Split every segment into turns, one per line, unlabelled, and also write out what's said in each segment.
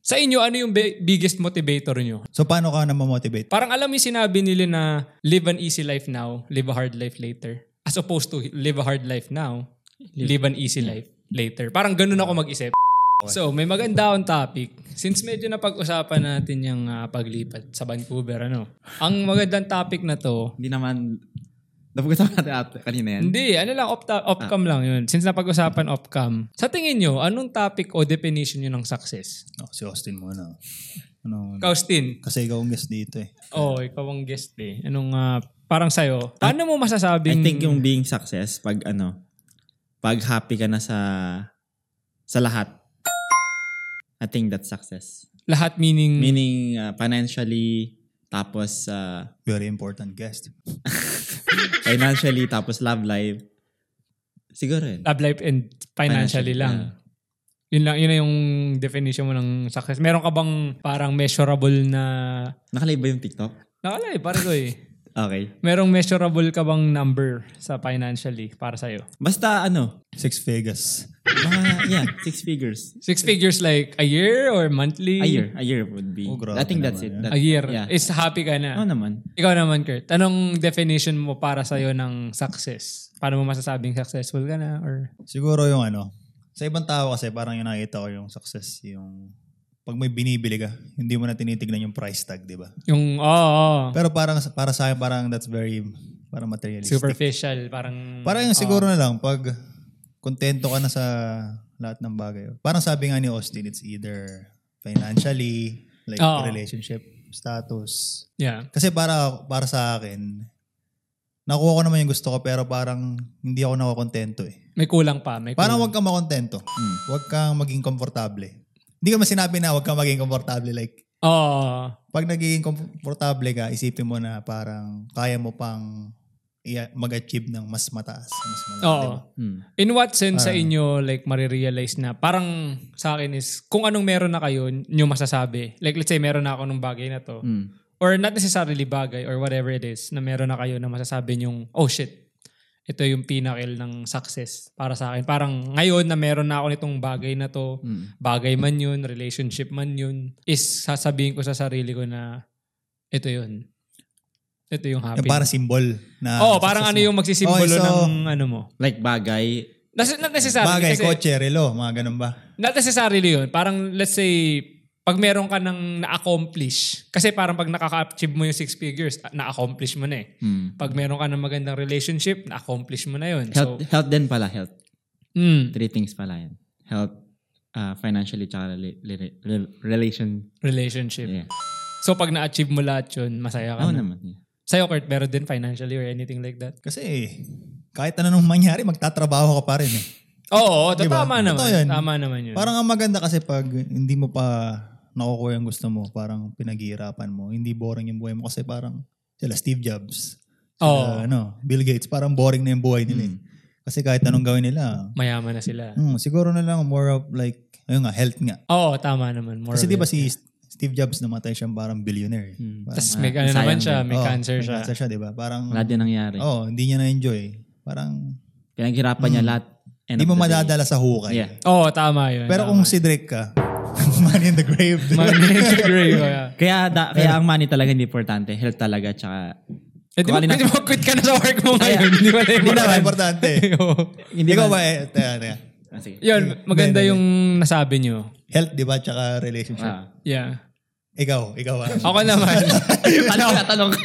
Sa inyo, ano yung bi- biggest motivator nyo?
So paano ka na mamotivate?
Parang alam yung sinabi nila na live an easy life now, live a hard life later. As opposed to live a hard life now, live an easy life later. Parang ganun ako mag-isip. So, may maganda akong topic. Since medyo napag-usapan natin yung ah, paglipat sa Vancouver, ano? Ang magandang topic na to,
Hindi naman, napag-usapan natin at kanina yan.
hindi, ano lang, off, off-cam lang yun. Since napag-usapan off-cam, sa tingin nyo, anong topic o definition nyo ng success?
No, Oh, si Austin muna. Ano,
Kaustin,
kasi ikaw ang guest dito eh.
Oo,
Ah.
oh, ikaw ang guest eh. Anong ah, parang sa'yo? Paano mo
I
masasabing...
think yung being success, pag ano, pag happy ka na sa, sa lahat, I think that's success.
lahat meaning...
Meaning, uh, financially, tapos, uh,
Very important guest.
financially, tapos love life. Siguro yun.
love life and financially,
Financially,
lang.
yeah.
Yun lang, yun na yung definition mo ng success. Meron ka bang parang measurable na...
Nakalive ba yung TikTok?
Nakala eh, parang ko eh.
Okay.
Merong measurable ka bang number sa financially para sa'yo?
Basta ano,
Six Vegas.
mga, yeah, six figures.
Six figures like a year or monthly?
A year. A year would be.
Oh, grabe
I think that's it.
naman
That,
A year.
Yeah. Oh,
Is happy ka na.
Oo naman.
Ikaw naman, Kurt. Anong definition mo para sa'yo ng success? Paano mo masasabing successful ka na? Or...
Siguro yung ano, sa ibang tao kasi parang yung nakikita ko yung success, yung pag may binibili ka, hindi mo na tinitignan yung price tag, di ba?
Yung, oo, oo.
Pero parang para sa akin, parang that's very parang materialistic.
superficial. Parang,
Parang yung siguro
Um,
na lang, pag kontento ka na sa lahat ng bagay. Parang sabi nga ni Austin, it's either financially, like
Oo.
relationship, status.
yeah.
Kasi para para sa akin, nakuha ko naman yung gusto ko pero parang hindi ako nakokontento eh.
May kulang pa. May
Parang
kulang.
huwag kang makontento.
Mm.
Huwag kang maging komportable. Hindi ko masinabi na huwag kang maging komportable. Like,
Oo.
pag nagiging komportable ka, isipin mo na parang kaya mo pang i- mag-achieve ng mas mataas. Mas malaki.
Oo.
di ba?
Mm.
In what sense sa inyo, like, marirealize na, parang sa akin is, kung anong meron na kayo, nyo masasabi. Like, let's say, meron na ako ng bagay na to.
Mm.
Or not necessarily bagay or whatever it is, na meron na kayo na masasabi yung, oh shit, ito yung pinakil ng success para sa akin. Parang ngayon na meron na ako nitong bagay na to,
Mm.
bagay man yun, relationship man yun, is sasabihin ko sa sarili ko na ito yun. Ito yung happy.
Yung parang symbol. Na
Oo, parang ano yung magsisimbolo
Okay, so-
ng ano mo.
Like bagay,
Nas, not necessarily.
Bagay,
kasi,
kotse, relo, mga ganun ba?
Not necessarily yun. Parang let's say, pag meron ka ng na-accomplish, kasi parang pag nakaka-achieve mo yung six figures, na-accomplish mo na eh.
mm.
Pag meron ka ng magandang relationship, na-accomplish mo na yun.
health,
So,
health din pala, health.
mm,
Three things pala yan. Health, uh, financially, tsaka rela- rela- rela- relation.
relationship.
Yeah.
So, pag na-achieve mo lahat yun, masaya ka
Oo
na.
naman. Yeah.
Sa'yo, Kurt, meron din financially or anything like that?
Kasi kahit ano nung mangyari, magtatrabaho ka pa rin eh.
Oo, oo
Di ba?
tama naman.
Totoo yun.
Tama naman yun.
Parang ang maganda kasi pag hindi mo pa nakukuha yung gusto mo, parang pinaghihirapan mo. Hindi boring yung buhay mo kasi parang sila Steve Jobs,
Oo.
sila, ano, Bill Gates, parang boring na yung buhay nila. eh.
Mm.
Kasi kahit anong gawin nila,
mayaman na sila.
hmm, siguro na lang more of like, ayun nga, health nga.
Oo, tama naman. More
Kasi
of
di ba
it.
si Steve Jobs namatay siyang parang billionaire. eh.
Hmm.
Parang,
Tas may
Ah,
ano naman
sayang
siya, may
oo,
cancer
may
siya.
cancer siya, di ba? Parang,
Lahat din nangyari.
oh, hindi niya na-enjoy. Parang,
Pinaghirapan niya lahat. End
hindi
of
mo
the day.
madadala sa hukay.
Yeah.
Oo, tama yun. tama.
Pero kung si Drake ka, man in the grave. di ba?
Man, agree ko. Yeah.
Kaya, da, kaya ang money talaga hindi importante. Health talaga, tsaka...
Eh, di ba,
Kung alin-
pwede mo quit ka na sa work mo ngayon. Di ba na
Hindi
importante?
na, importante.
Oo.
Hindi
Ikaw
ba-
ba, eh, teka, teka.
Ah, sige.
Yun, maganda yung nasabi nyo.
health, di ba, tsaka relationship.
Ah.
Yeah.
Ikaw, ikaw. ah.
Ako naman.
Ano
Tanong ka, tanong ka.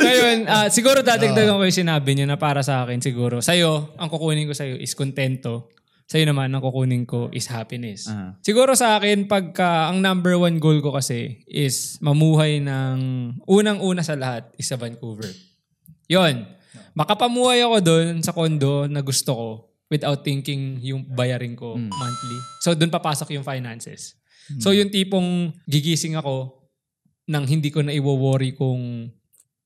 Ngayon, ah, siguro dadagdagan ko yung sinabi nyo na para sa akin siguro. Sa'yo, ang kukunin ko sa'yo is kontento. Sa'yo naman, ang kukunin ko is happiness.
Ah.
Siguro sa akin, pagka ang number one goal ko kasi is mamuhay ng unang-una sa lahat is sa Vancouver. Yon. Makapamuhay ako doon sa condo na gusto ko without thinking yung bayarin ko monthly. So doon papasok yung finances. So yung tipong gigising ako nang hindi ko na iwo-worry kung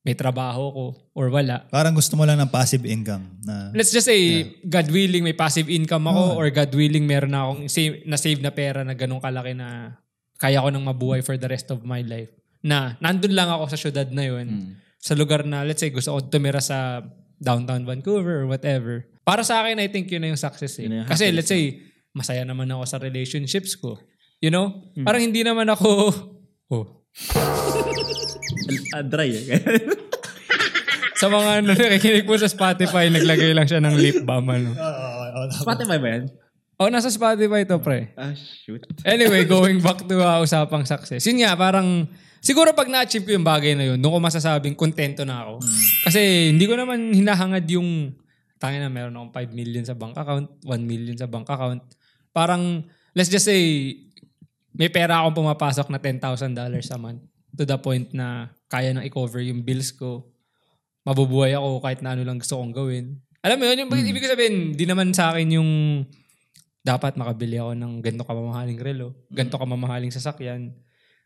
may trabaho ko or wala.
Parang gusto mo lang ng passive income. Na,
Let's just say, God willing, may passive income ako or God willing, meron na akong save, na-save na pera na ganun kalaki na kaya ko nang mabuhay for the rest of my life. Na nandun lang ako sa syudad na yun.
Hmm.
Sa lugar na, let's say, gusto ko tumira sa downtown Vancouver or whatever. Para sa akin, I think yun na yung success eh.
Yun na yung
Kasi let's say, masaya naman ako sa relationships ko. You know? Parang hindi naman ako... Oh.
Ah, dry eh.
Sa mga ano, nakikinig mo sa Spotify, naglagay lang siya ng lip balm. Ano.
Spotify ba yan?
Oh, nasa Spotify to, pre.
Ah, shoot.
Anyway, going back to uh, usapang success. Yun nga, parang... Siguro pag na-achieve ko yung bagay na yun, doon ko masasabing kontento na ako. Kasi hindi ko naman hinahangad yung... Tangin na, meron akong 5 million sa bank account, 1 million sa bank account. Parang, let's just say, may pera akong pumapasok na $10,000 a month to the point na kaya nang i-cover yung bills ko. mabubuhay ako kahit na ano lang gusto kong gawin. Alam mo yun, yung ibig ko sabihin, di naman sa akin yung dapat makabili ako ng ganito kamamahaling relo, ganito kamamahaling sasakyan.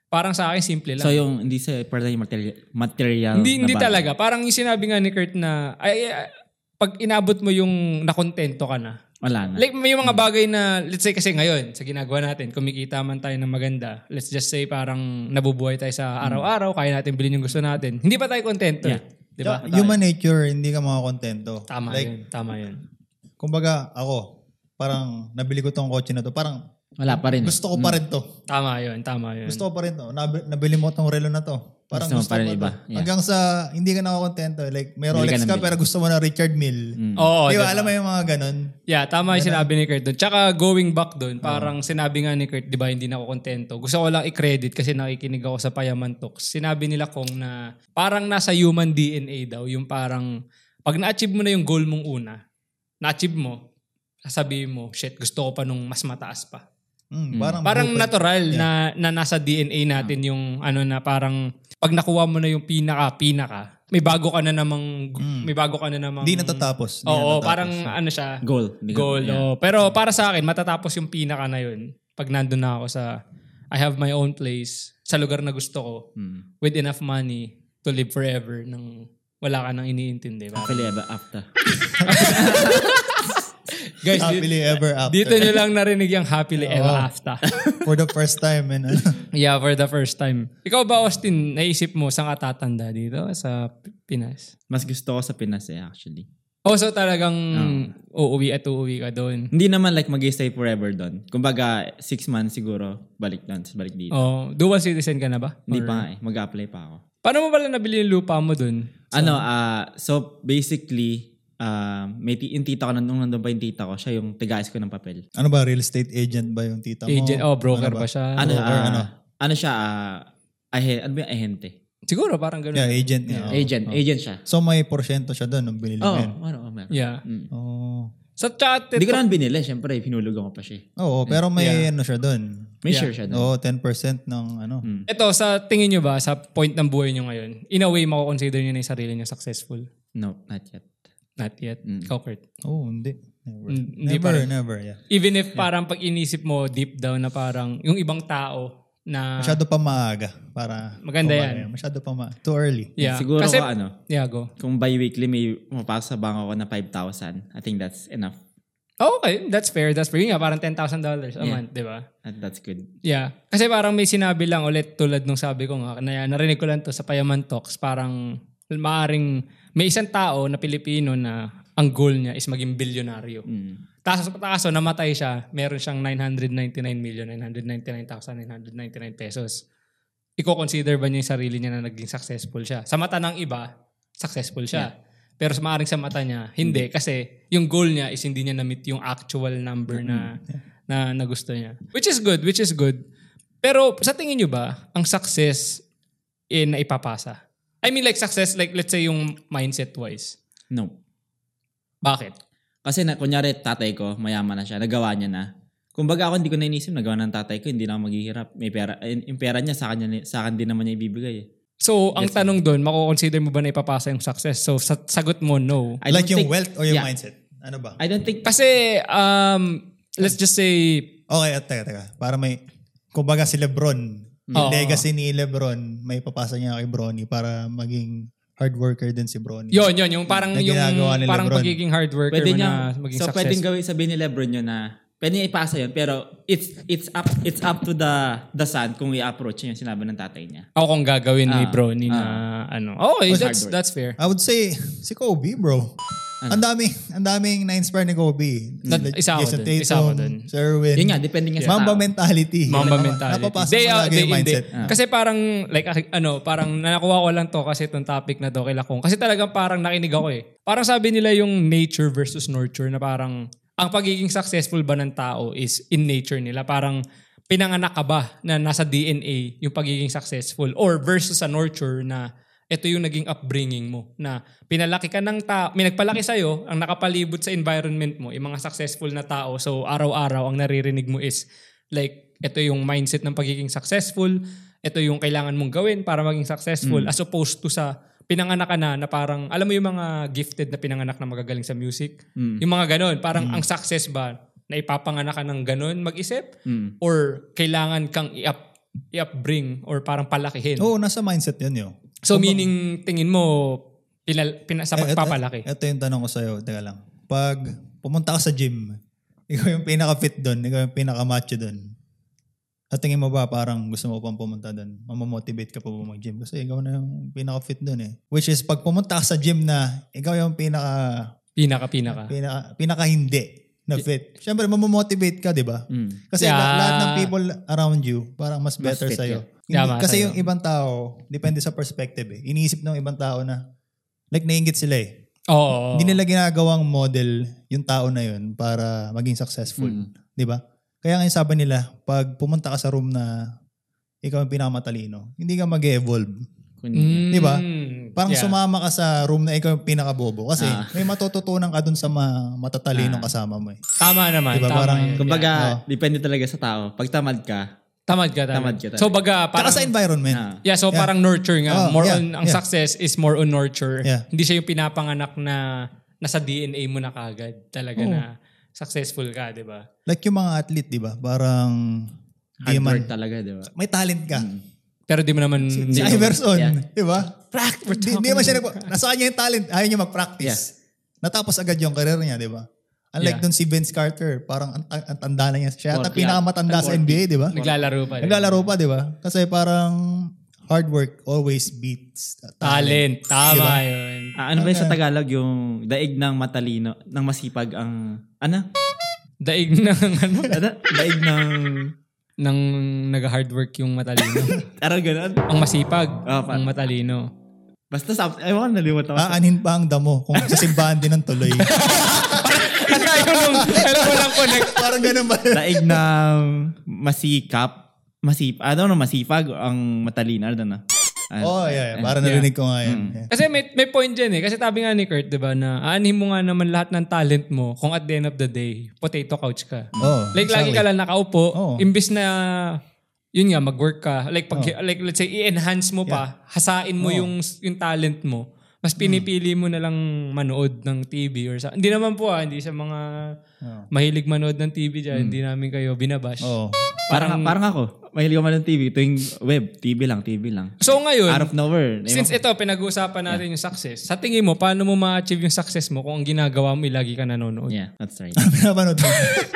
Parang sa akin, simple lang.
So yung hindi sa part yung material, material
hindi
na
hindi
bagay.
talaga. Parang yung sinabi nga ni Kurt na, ay, ay, pag inabot mo yung nakontento ka na,
Wala na.
Like may mga bagay na let's say kasi ngayon sa ginagawa natin, kumikita man tayo ng maganda. Let's just say parang nabubuhay tayo sa araw-araw, kaya natin bilhin yung gusto natin. Hindi pa tayo contento. eh.
Yeah.
'Di ba?
Human nature, hindi ka makakontento.
Tama
Like,
yun. Tama yun.
kumbaga ako, parang nabili ko tong kotse na to. Parang
Wala pa rin. eh.
gusto ko pa rin to.
Tama yun. Tama yun.
Gusto ko pa rin to. Nab- nabili mo tong relo na to. Parang
Gusto mo
gusto,
pa
ko
rin
pa
iba.
to.
Yeah.
Hanggang sa hindi ka nakakontento. Like, may
Bili ka
Rolex ka,
ng bili. Mm. Oh,
pero gusto mo na Richard Mille.
Hmm.
Oo.
Di
diba?
ba, alam mo yung mga ganun?
Yeah, tama yung sinabi ni Kurt doon. Tsaka going back doon, parang sinabi nga ni Kurt, di ba, hindi na ako kontento. Gusto ko lang i-credit kasi nakikinig ako sa Payaman Talks. Sinabi nila kong na parang nasa human DNA daw, yung parang pag na-achieve mo na yung goal mong una, na-achieve mo, sasabihin mo, shit, gusto ko pa nung mas mataas pa.
Mm, parang
Parang
blueprint.
natural na, na nasa DNA natin
Ah.
yung ano na parang pag nakuha mo na yung pinaka-pinaka, may bago ka na namang, may bago ka na namang...
Mm. Hindi natatapos. Hindi
Oo,
natatapos.
parang ano siya,
Goal. Hindi ka-
goal.
Yeah.
oo. Pero para sa akin, matatapos yung pinaka na yun pag nandun na ako sa I have my own place sa lugar na gusto ko
Mm.
with enough money to live forever nang wala ka nang iniintindi. Parang-
Happily ever after.
Guys, di-
Happily ever after.
dito nyo lang narinig yung happily ever after.
For the first time. And, ano,
yeah, for the first time. Ikaw ba, Austin, naisip mo saan ka tatanda dito sa P- Pinas?
Mas gusto ko sa Pinas eh, actually.
Oh, so talagang uuwi at uuwi ka doon.
Hindi naman like mag-stay forever doon. Kumbaga, six months siguro, balik doon, balik dito.
Oh, dual citizen ka na ba?
Hindi pa nga eh, mag-apply pa ako.
Paano mo pala nabili yung lupa mo doon?
ano, ah, so basically, ah, may ti- yung tita ko, nung nandun pa yung tita ko, siya yung tigaas ko ng papel.
ano ba, real estate agent ba yung tita mo?
Agent, oh, broker
Ano
pa siya.
Ano,
Broker,
ah, ano?
ano?
siya, ah, ahe, ano ba yung ahente?
Siguro parang ganun.
Yeah, agent
Oh,
niya. oo.
agent, agent siya.
So may porsyento siya doon nung binili
Oo,
mo yun. Oh.
ano, ano, meron.
Yeah.
Mm.
Oo.
Sa chat,
Hindi ko naman binili, syempre, hinulugan ko pa siya. eh.
Oo, pero may
Yeah.
ano siya doon.
Yeah.
May
Oh.
share siya doon.
Oo, 10% ng ano.
Mm.
ito, sa tingin nyo ba, sa point ng buhay nyo ngayon, in a way, makukonsider nyo na yung sarili nyo successful?
No, not yet.
Not yet.
Mm.
Ikaw, Kurt.
Oo, Oh, hindi. Never.
Mm, hindi
never,
pa
never, yeah.
Even if parang pag inisip mo deep down na parang yung ibang tao na...
Masyado pa maaga
Ah.
para
Maganda
kumaya.
yan.
Masyado pa ma too early.
yeah.
Siguro
Kasi,
ko, ano,
yeah, go.
kung bi-weekly may pumapasok sa bangko ko na 5,000, I think that's enough.
Oh, okay, that's fair, that's fair. Yun nga, parang $10,000 a month, di ba?
That, that's good.
Yeah. Kasi parang may sinabi lang ulit tulad nung sabi ko nga, na, narinig ko lang to sa Payaman Talks, parang maaring may isang tao na Pilipino na ang goal niya is maging bilyonaryo.
Mm.
Tapos kaso oh, namatay siya, meron siyang 999,999,999 pesos. Iko-consider ba niya yung sarili niya na naging successful siya? Sa mata ng iba, successful siya. Pero sa maaring sa mata niya, hindi. Kasi yung goal niya is hindi niya na-meet yung actual number na, na, na gusto niya. Which is good, which is good. Pero sa tingin niyo ba, ang success eh, na ipapasa? I mean like success, like let's say yung mindset-wise.
No.
Bakit?
Kasi na, kunyari tatay ko, mayaman na siya, nagawa niya na. Kumbaga ako hindi ko na inisip, nagawa na ng tatay ko, hindi na ako maghihirap. May pera, eh, yung pera niya sa akin, niya- sa akin din naman niya ibibigay. eh.
So, ang tanong doon, makukonsider mo ba na ipapasa yung success? So, sa- sagot mo, no.
I
like
don't
yung
think,
wealth or yung
Yeah.
mindset? Ano ba?
I don't think,
Kasi, um, let's just say,
Okay, at teka, teka. Para may, kumbaga si Lebron, yung
Oo.
legacy ni Lebron, may papasa niya kay Bronny para maging hard worker din si Bronny.
yon yon yung parang
Na
yung
ginagawa ni
parang
Lebron.
pagiging hard worker
pwede
mo
niya,
na maging
so
success.
pwedeng gawin, sabihin ni Lebron yun na, pwede niya ipasa yun, pero it's it's up it's up to the the son kung i-approach niya yung sinabi ng tatay niya.
Ako kung gagawin ni
Ah,
Bro ni na ano. Okay,
Hard
that's
work.
that's fair.
I would say, si Kobe, bro. Ang daming, ang daming na-inspire ni Kobe.
Ano? That- isa ako
Jason
dun. Isa ako dun. Ah.
Sir Irwin.
Yun nga, depende nga sa
Mamba
tao.
mentality.
Mamba
Napa-
mentality.
Napapasok
Day
mo
out,
lagi
day
yung
in, day.
mindset. Ah.
Kasi parang, like, ah, ano, parang nakuha ko lang to kasi itong topic na to kay Lakong. Kasi talagang parang nakinig ako eh. Parang sabi nila yung nature versus nurture na parang ang pagiging successful ba ng tao is in nature nila. Parang pinanganak ka ba na nasa DNA yung pagiging successful or versus sa nurture na ito yung naging upbringing mo na pinalaki ka ng tao, may nagpalaki sa'yo, ang nakapalibot sa environment mo, yung mga successful na tao. So araw-araw ang naririnig mo is Like, ito yung mindset ng pagiging successful. Ito yung kailangan mong gawin para maging
Mm.
successful. As opposed to sa pinanganak ka na na parang, alam mo yung mga gifted na pinanganak na magagaling sa music?
Mm.
Yung mga ganon. Parang ang success ba na ipapanganak ka ng ganon mag-isip?
Mm.
Or kailangan kang i-up, i-upbring or parang palakihin?
Oo, nasa mindset yun yun.
So meaning, tingin mo, pinal, pina, sa
Eh, et-
pagpapalaki?
Ito yung tanong ko sa'yo. Teka lang. Pag pumunta ka sa gym, ikaw yung pinaka-fit doon, ikaw yung pinaka-macho doon. At tingin mo ba parang gusto mo pang pumunta doon? Mamamotivate ka pa ba mag-gym? Kasi ikaw na yung pinaka-fit doon eh. Which is pag pumunta ka sa gym na ikaw yung pinaka,
Pinaka-pinaka.
pinaka, pinaka-hindi na fit. Siyempre, mamamotivate ka, di ba?
Mm.
Kasi
Yeah.
la- lahat ng people around you, parang mas better
fit
sa'yo.
ka.
Hindi-
Tama,
kasi
sa'yo.
yung ibang tao, depende sa perspective eh. Iniisip ng ibang tao na, like naiingit sila eh.
Oo.
Hindi nila ginagawang model yung tao na yun para maging successful.
Mm.
Di ba? Kaya ngayon sabi nila, pag pumunta ka sa room na ikaw ang pinakamatalino, hindi ka mag-evolve.
Kundi,
Mm,
Di ba? Parang
yeah.
sumama ka sa room na ikaw yung pinakabobo. Kasi
Ah.
may matututunan ka dun sa ma- matatalinong
Ah.
kasama mo eh.
Tama naman.
Diba,
tama
parang-
yun.
Kumbaga,
Yeah.
depende talaga sa tao. Pag tamad ka,
Tamad ka talaga.
Tamad ka talaga.
So baga,
Para
parang,
sa environment.
ah,
yeah, so
Yeah.
parang nurture nga.
Oh,
more
yeah,
on, ang
yeah.
success is more on nurture.
Yeah.
Hindi siya yung pinapanganak na nasa DNA mo na kagad talaga
Oh.
na successful ka, di ba?
Like yung mga athlete, di ba? Parang di
hard
man,
work Mm. talaga, di ba?
may talent ka.
Pero di mo naman...
Si Iverson,
Yeah.
di ba?
Practice.
Di, di man siya nag- Nasa kanya yung talent, ayaw niya mag-practice.
Yeah.
Natapos agad yung karir niya, di ba? Unlike
Yeah.
dun si Vince Carter, parang ang, ang, ang tanda na niya. Siya yata
Forty.
pinakamatanda sa
Forty.
NBA, di ba?
Naglalaro pa. rin.
Naglalaro pa, di ba? Kasi parang hard work always beats
Talent. Tama
Diba?
yun.
Ah, ano ba yun sa Tagalog yung daig ng matalino, ng masipag ang, ano?
Daig ng ano?
ano? daig ng,
ng nag-hard work yung matalino.
ano ganun?
ang masipag.
Oh, pa-
ang matalino.
Basta sa, ewan, nalimutan ko. sa-
Aanin pa ang damo kung sa simbahan din ng tuloy.
Kasi yung... Ano walang connect.
parang ganun ba?
daig ng masikap, masip, ano no, masipag ang matalino, ano na? Ano?
Oh, yeah. yeah. Parang narinig ko nga yun. Yeah.
Kasi may, may point dyan eh. Kasi sabi nga ni Kurt, di ba, na aanhin mo nga naman lahat ng talent mo kung at the end of the day, potato couch ka.
Oh,
Like, lagi ka lang nakaupo.
Oo.
Imbis na, yun nga, mag-work ka. Like, pag, like let's say, i-enhance mo pa, hasain mo yung, yung talent mo.
Mm.
Mas pinipili mo na lang manood ng TV or sa... Hindi naman po ah, hindi sa mga
Oo.
mahilig manood ng TV dyan,
Mm.
hindi namin kayo binabash.
Oh.
parang, parang ako, mahilig ako man ng TV, tuwing web, TV lang, TV lang.
So ngayon,
Out of nowhere.
Since ito, pinag-uusapan natin yung success. Sa tingin mo, paano mo ma-achieve yung success mo kung ang ginagawa mo, ay lagi ka nanonood?
yeah, that's right.
Pinapanood mo.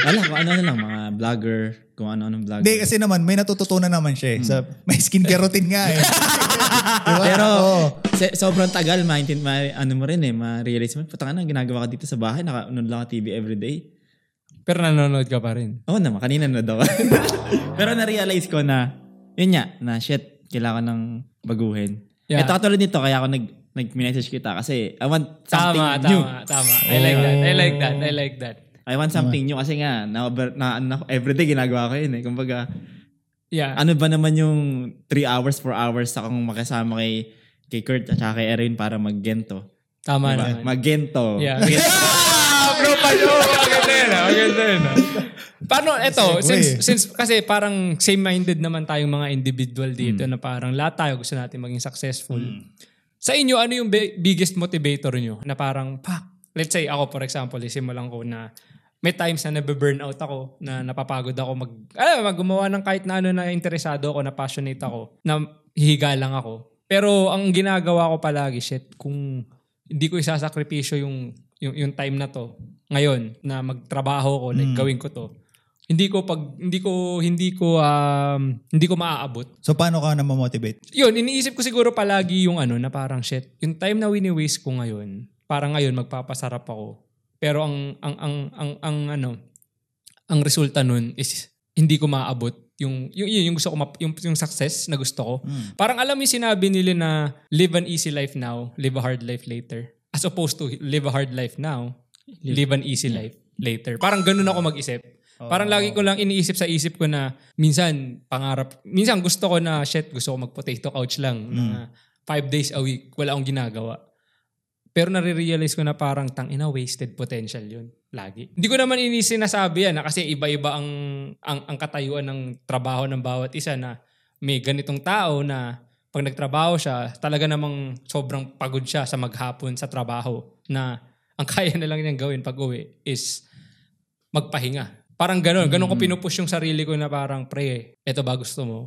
Wala, kung ano na lang, mga vlogger, kung ano-anong vlogger.
Hindi, kasi naman, may natututunan naman siya eh. Sa,
Hmm.
may skincare routine nga eh. diba?
Pero,
Oo.
se- sobrang tagal, maintin, ma, ano mo rin eh, ma-realize mo, puta ka na, ginagawa ka dito sa bahay, nakaunod lang ka TV everyday.
Pero nanonood ka pa rin.
Oo naman, kanina na daw. Pero na-realize ko na, yun nga, na shit, kailangan ng baguhin.
Yeah.
Ito katulad nito, kaya ako nag, nag-message kita kasi I want something
Tama,
new.
tama, tama. I like that. I like that. I like that.
I want something new kasi nga, na, na, na, everyday ginagawa ko yun eh. Kumbaga,
Yeah.
ano ba naman yung 3 hours, 4 hours akong makasama kay kay Kurt at saka kay Erin para maggento.
Tama
Diba?
naman.
Maggento.
Yeah. Ah, Oh. bro, pa yun. Maganda yun, ah. Maganda yun, ah. Paano, eto,
Segue.
since, since, kasi parang same-minded naman tayong mga individual dito na parang lahat tayo gusto natin maging successful. Sa inyo, ano yung bi- biggest motivator nyo? Na parang, pak, let's say ako for example, isimulan ko na may times na nabe-burnout ako, na napapagod ako mag, alam, mo, gumawa ng kahit na ano na interesado ako, na passionate ako, na hihiga lang ako. Pero ang ginagawa ko palagi, shit, kung hindi ko isasakripisyo yung, yung, yung time na to, ngayon, na magtrabaho ko, like gawin ko to, hindi ko pag hindi ko hindi ko um, hindi ko maaabot
So, paano ka na mamotivate?
yun, iniisip ko siguro palagi yung ano na parang shit, yung time na wini-waste ko ngayon, para ngayon magpapasarap ako. Pero ang ang ang ang, ang ano ang resulta nun is hindi ko maabot yung yung yun, yung gusto ko map- yung, yung success na gusto ko.
Mm.
Parang alam mo yung sinabi nila na live an easy life now, live a hard life later. As opposed to live a hard life now, live an easy life later. Parang ganun ako mag-isip. Parang lagi ko lang iniisip sa isip ko na minsan pangarap, minsan gusto ko na shit, gusto ko mag-potato couch lang na five days a week, wala akong ginagawa. Pero nare-realize ko na parang tang ina wasted potential yun. Lagi. Hindi ko naman ini sinasabi yan na kasi iba-iba ang, ang, ang katayuan ng trabaho ng bawat isa na may ganitong tao na pag nagtrabaho siya, talaga namang sobrang pagod siya sa maghapon sa trabaho na ang kaya na lang niyang gawin pag uwi is magpahinga. Parang ganun. Ganun ko pinupush yung sarili ko na parang, pre, eto ba gusto mo?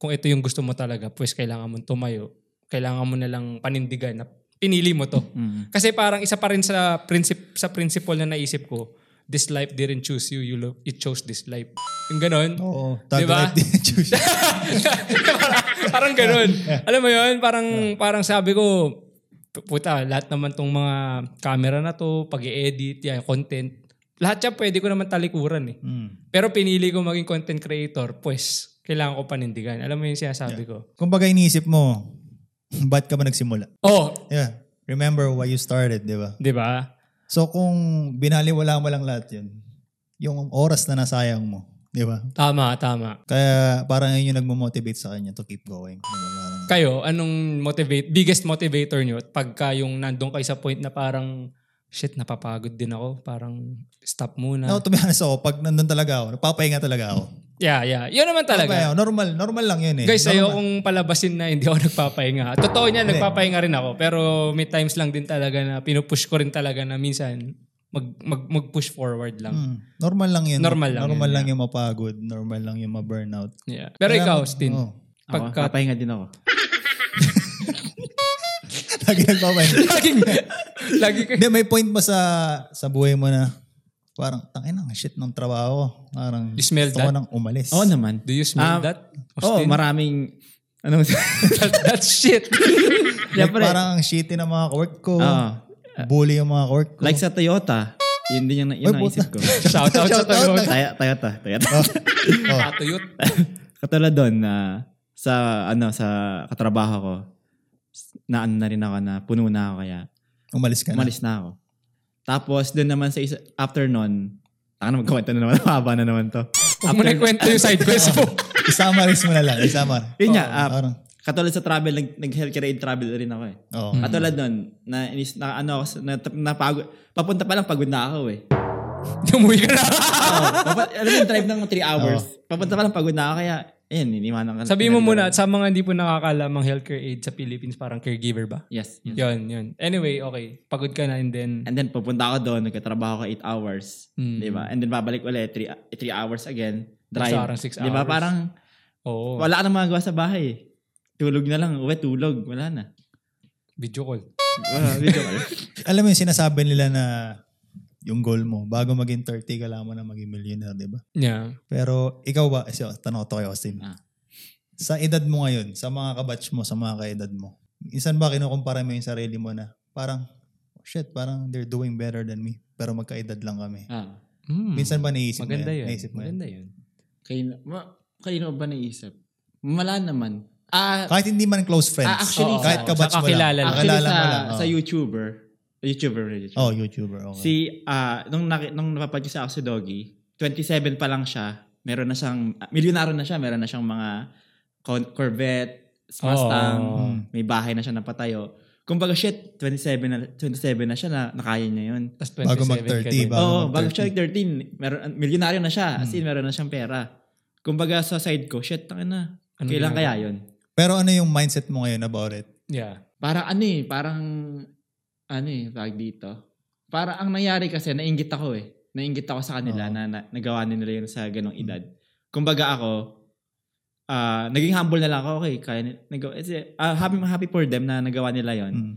Kung ito yung gusto mo talaga, pues kailangan mo tumayo. Kailangan mo na lang panindigan na pinili mo to. Kasi parang isa pa rin sa, prinsip, sa principle na naisip ko, this life didn't choose you, you, lo- it chose this life. Yung ganun.
Oo.
Diba?
Tagalog din. Diyos.
parang, parang ganun. Alam mo yun, parang, parang sabi ko, puta, lahat naman tong mga camera na to, pag edit yan, content, lahat siya pwede ko naman talikuran eh.
Mm.
Pero pinili ko maging content creator, pues, kailangan ko panindigan. Alam mo yung sinasabi ko.
Kung baga iniisip mo, ba't ka ba nagsimula?
Oh,
Yeah. Remember why you started, di ba?
di ba?
So kung binaliwala mo lang lahat yun, yung oras na nasayang mo, di ba?
Tama, tama.
Kaya parang yun yung nagmo-motivate sa kanya to keep going. Di ba? Parang,
Kayo, anong motivate, biggest motivator nyo pagka yung nandun kayo sa point na parang, shit, napapagod din ako. Parang, stop muna.
no, to be honest ako, pag nandun talaga ako, napapahinga talaga ako.
Yeah, yeah. Yun naman talaga.
Kaya, normal, normal lang yun eh.
Guys,
normal.
sayo kung palabasin na hindi ako nagpapahinga. Totoo niya, nagpapahinga rin ako. Pero may times lang din talaga na pinupush ko rin talaga na minsan mag, mag, mag-push forward lang.
Hmm, normal lang yun.
Normal lang
Normal
yun,
lang yung mapagod. Normal lang yung ma-burnout. Oh.
Yeah. Pero ikaw, Stin,
Oo.
pagka...
papahinga din ako.
Lagi nagpapahinga.
laging, lagi ka...
Hindi, may point ba sa sa buhay mo na parang, tangin ang shit ng trabaho. ko." Parang,
You smell
gusto ko nang umalis.
Oo naman.
Do you smell
Um,
that?
oh,
Oo,
Austin?
maraming... Ano?
that, that shit.
like,
Siyempre.
parang ang shitty ng mga work ko.
Oo.
bully yung mga work ko.
Like sa Toyota. Yun din yung, yun
Ay,
ang isip ko.
Shout out sa Ah,
Shout out
tayo.
na-
Tay- Toyota. Toyota.
Oh,
Patuyot.
Katulad doon na sa ano sa katrabaho ko na ano na rin ako na puno na ako kaya
umalis ka na.
umalis na ako. Tapos doon naman sa isa, after noon, taka na magkawento na naman, haba na naman to.
Huwag mo na kwento yung side quest mo.
Isamarize mo na lang. Isamarize.
Yun nga, ah,
Parang, oh.
katulad sa travel, nag, nag-healthcare aid travel rin ako eh.
oo.
Katulad nun, na, inis, na ano ako, sa- na, napagod, papunta pa lang pagod na ako eh.
Umuwi ka na.
Oo, papa- alam mo yung drive ng 3 hours, papunta pa lang pagod na ako kaya, ayun, iniwanan ka.
Sabihin mo muna, sa mga hindi po nakakalamang healthcare aid sa Philippines, parang caregiver ba?
Yes. yes.
Yun, yun. Anyway, okay. Pagod ka na and then
And then papunta ako doon, nagkatrabaho ko 8 hours,
Mm.
'di ba? And then babalik ulit 3 3 hours again, drive.
Basta parang six
Di ba?
hours.
Parang
Oo.
wala ka nang magagawa sa bahay. eh. Tulog na lang, uwi tulog, wala na.
Video call.
Wala, video call.
Alam mo yung sinasabi nila na yung goal mo, bago maging 30, kailangan mo na maging millionaire, di ba?
Yeah.
Pero ikaw ba, kasi tanong ko to kay Austin.
Ah.
Sa edad mo ngayon, sa mga kabatch mo, sa mga kaedad mo, insan ba kinukumpara mo yung sarili mo na parang, oh, shit, parang they're doing better than me, pero magkaedad lang kami.
ah.
Mm.
Minsan ba naisip
Maganda
mo
yun.
Naisip mo yun?
Maganda yun.
Kayo, ma, kayo ba naisip? Wala naman. Ah,
Kahit hindi man close friends.
Ah, actually,
kahit
sa-
kabatch
sa
mo lang.
kakilala lang.
actually
kakilala
sa,
mo lang.
sa YouTuber, YouTuber, YouTuber.
Oh, YouTuber. Okay.
Si, ah, nung, naki, nung napapad ko sa ako si Doggy, 27 pa lang siya, meron na siyang, ah, milyonaryo na siya, meron na siyang mga Con- Corvette, Mustang,
Oh.
Oo.
Hmm.
may bahay na siya napatayo. Kumbaga, shit, 27 na, 27 na siya na nakaya niya yun.
Tapos
Bago
27
mag-
ka
30,
din.
ba? Bago
Oo,
mag-
bago siya nag-13, meron, milyonaryo na siya, as in, meron na siyang pera. Kumbaga, sa side ko, shit, tangin na,
Ano
kailan
ginagawa?
kaya yun?
Pero ano yung mindset mo ngayon about it?
Yeah.
Parang ano eh, parang, ano eh, tag dito. Para ang nangyari kasi, nainggit ako eh. Nainggit ako sa
Oo.
kanila
Mm.
na, na nagawa na nila yun sa ganong edad. Kumbaga ako, ah, naging humble na lang ako, okay, kaya ni- nagawa. It's, ah, happy, happy for them na nagawa nila yon
Mm.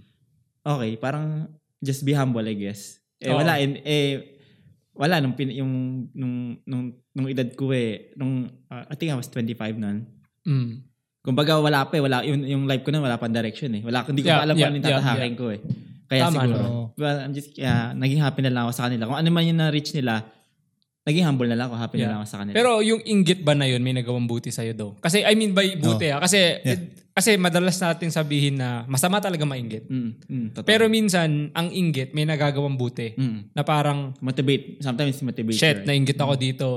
Okay, parang just be humble, I guess. Eh,
Oo.
wala, eh, eh, wala, nung, pin, yung, nung, nung, nung edad ko eh, nung, ah, I think I was 25 nun.
Mm.
Kumbaga wala pa eh, wala yung, yung life ko na wala pang direction eh. Wala hindi ko
Yeah,
pa alam
yeah,
kung anong
yeah,
tatahakin ko eh. Kaya
Tama,
siguro.
no?
Well, I'm just, kaya naging happy na lang ako sa kanila. Kung ano man yung na-reach nila, naging humble na lang ako. Happy
Yeah.
na lang ako sa kanila.
Pero yung inggit ba na yun, may nagawang buti sa'yo daw? Kasi, I mean by buti ah. Kasi, kasi madalas natin sabihin na masama talaga mainggit.
Mm, mm, totoo.
Pero minsan, ang inggit may nagagawang buti.
Mm.
Na parang,
motivate. Sometimes motivate.
shit, nainggit
Mm.
ako dito.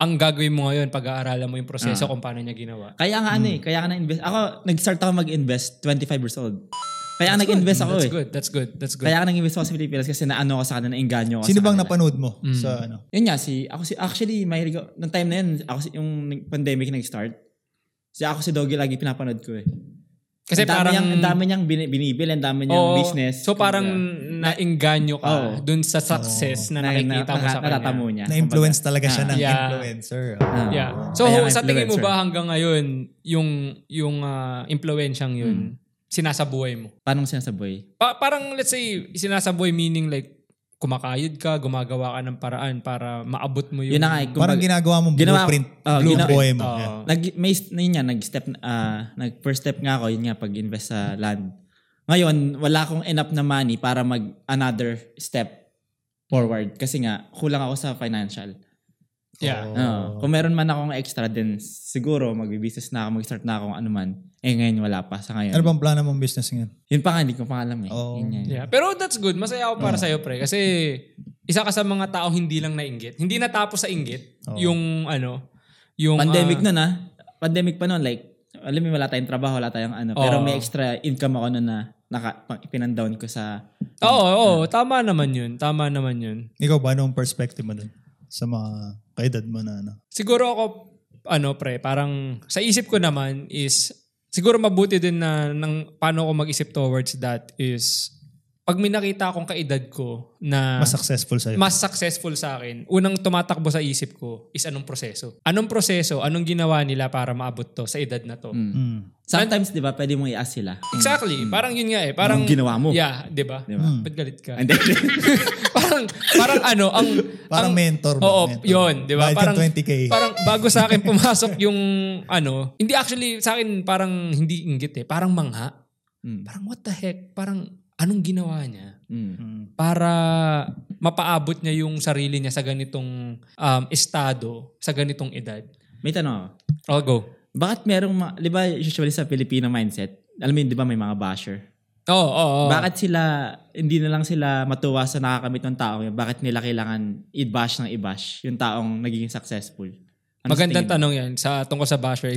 Ang gagawin mo ngayon, pag-aaralan mo yung proseso
Ah.
kung paano niya ginawa.
Kaya
Mm.
nga ano eh, kaya nga na-invest. Ako, nag-start ako mag-invest 25 years old. Kaya nga nag-invest ako
That's
eh.
good, that's good, that's good.
Kaya nga nag-invest ako sa Pilipinas kasi naano ako sa kanila, nainganyo ako
Sino
sa
bang
kanila. Hmm.
napanood mo sa ano?
Yun nga, si, ako si, actually, may, rego- nung time na yun, ako si, yung nag- pandemic nag-start, si ako si Doggy lagi pinapanood ko eh.
Kasi
Ang dami
parang,
niyang, ang dami niyang bini- binibili, ang dami niyang
Oo.
business.
So parang nainganyo ka
Oo.
dun sa success na nakikita mo sa kanya.
Natatamo niya.
Na-influence talaga siya ng
Yeah.
influencer.
Ah.
Yeah. So
Kaya nga
sa tingin mo
influencer.
ba hanggang ngayon yung yung ah, impluwensyang yun
Hmm.
sinasabuhay mo?
Paano sinasaboy?
Pa- parang let's say sinasabuhay meaning like kumakayod ka, gumagawa ka ng paraan para maabot mo yung
Yun na nga eh.
Parang
kumbaga-
ginagawa mong
Ginawa-
blueprint,
oh, gina-
blueprint mo.
Oo.
Yeah.
nag may na yun nga, nag-step ah, nag first step nga ako yun nga pag-invest sa land. Ngayon, wala akong enough na money para mag another step forward kasi nga kulang ako sa financial.
Yeah.
Oo.
Oo. Ah, kung meron man akong extra din, siguro magbi-business na ako, mag-start na ako kung ano man. Eh ngayon wala pa sa ngayon.
Ano bang plano mong business ngayon?
Yun pa nga, hindi ko pa alam eh.
Oo.
Yun yan.
Yeah. Pero that's good. Masaya ako
Hmm.
para sa'yo, pre. Kasi isa ka sa mga tao hindi lang nainggit. Hindi natapos sa inggit
Oo.
yung ano, yung
Pandemic
ah,
nun ah. Pandemic pa nun, like, alam mo, wala tayong trabaho, wala tayong ano. Pero
Oo.
may extra income ako nun na naka, pang- pinandown ko sa...
Oo,
Hmm.
oo, tama naman 'yun. Tama naman 'yun.
Ikaw ba? Anong perspective mo dun? Sa mga kaedad mo na ano?
Siguro ako, ano pre, parang sa isip ko naman is, siguro mabuti din na ng, paano ako mag-isip towards that is, pag may nakita akong kaedad ko na
Mas successful sa'yo.
mas successful sa akin, unang tumatakbo sa isip ko is anong proseso. Anong proseso, anong ginawa nila para maabot to sa edad na to.
Mm.
Mm.
Sometimes, di ba, pwede mong i-ask sila.
Exactly. Parang yun nga eh. Parang,
Hmm. Anong ginawa mo?
Yeah, di ba?
Di ba?
Ba't galit ka?
And then,
parang, parang ano, ang...
Parang
ang-
mentor ba?
Oo,
Mentor.
yun, di ba?
Bayad ka 20K.
Parang bago sa akin pumasok yung ano, hindi actually sa akin parang hindi inggit eh, parang mangha.
Mm.
Parang what the heck? Parang anong ginawa niya
Mm.
Mm.
para mapaabot niya yung sarili niya sa ganitong um, estado, sa ganitong edad.
may tanong ako.
I'll go.
Bakit merong, ma- di ba, usually sa Filipino mindset, alam mo yun, di ba, may mga basher.
Oo, oo, oo.
Bakit sila, hindi na lang sila matuwa sa nakakamit ng taong yun? Bakit nila kailangan i-bash ng i-bash yung taong nagiging successful? Ano sa
Magandang
tingin mo?
tanong yan sa tungkol sa basher.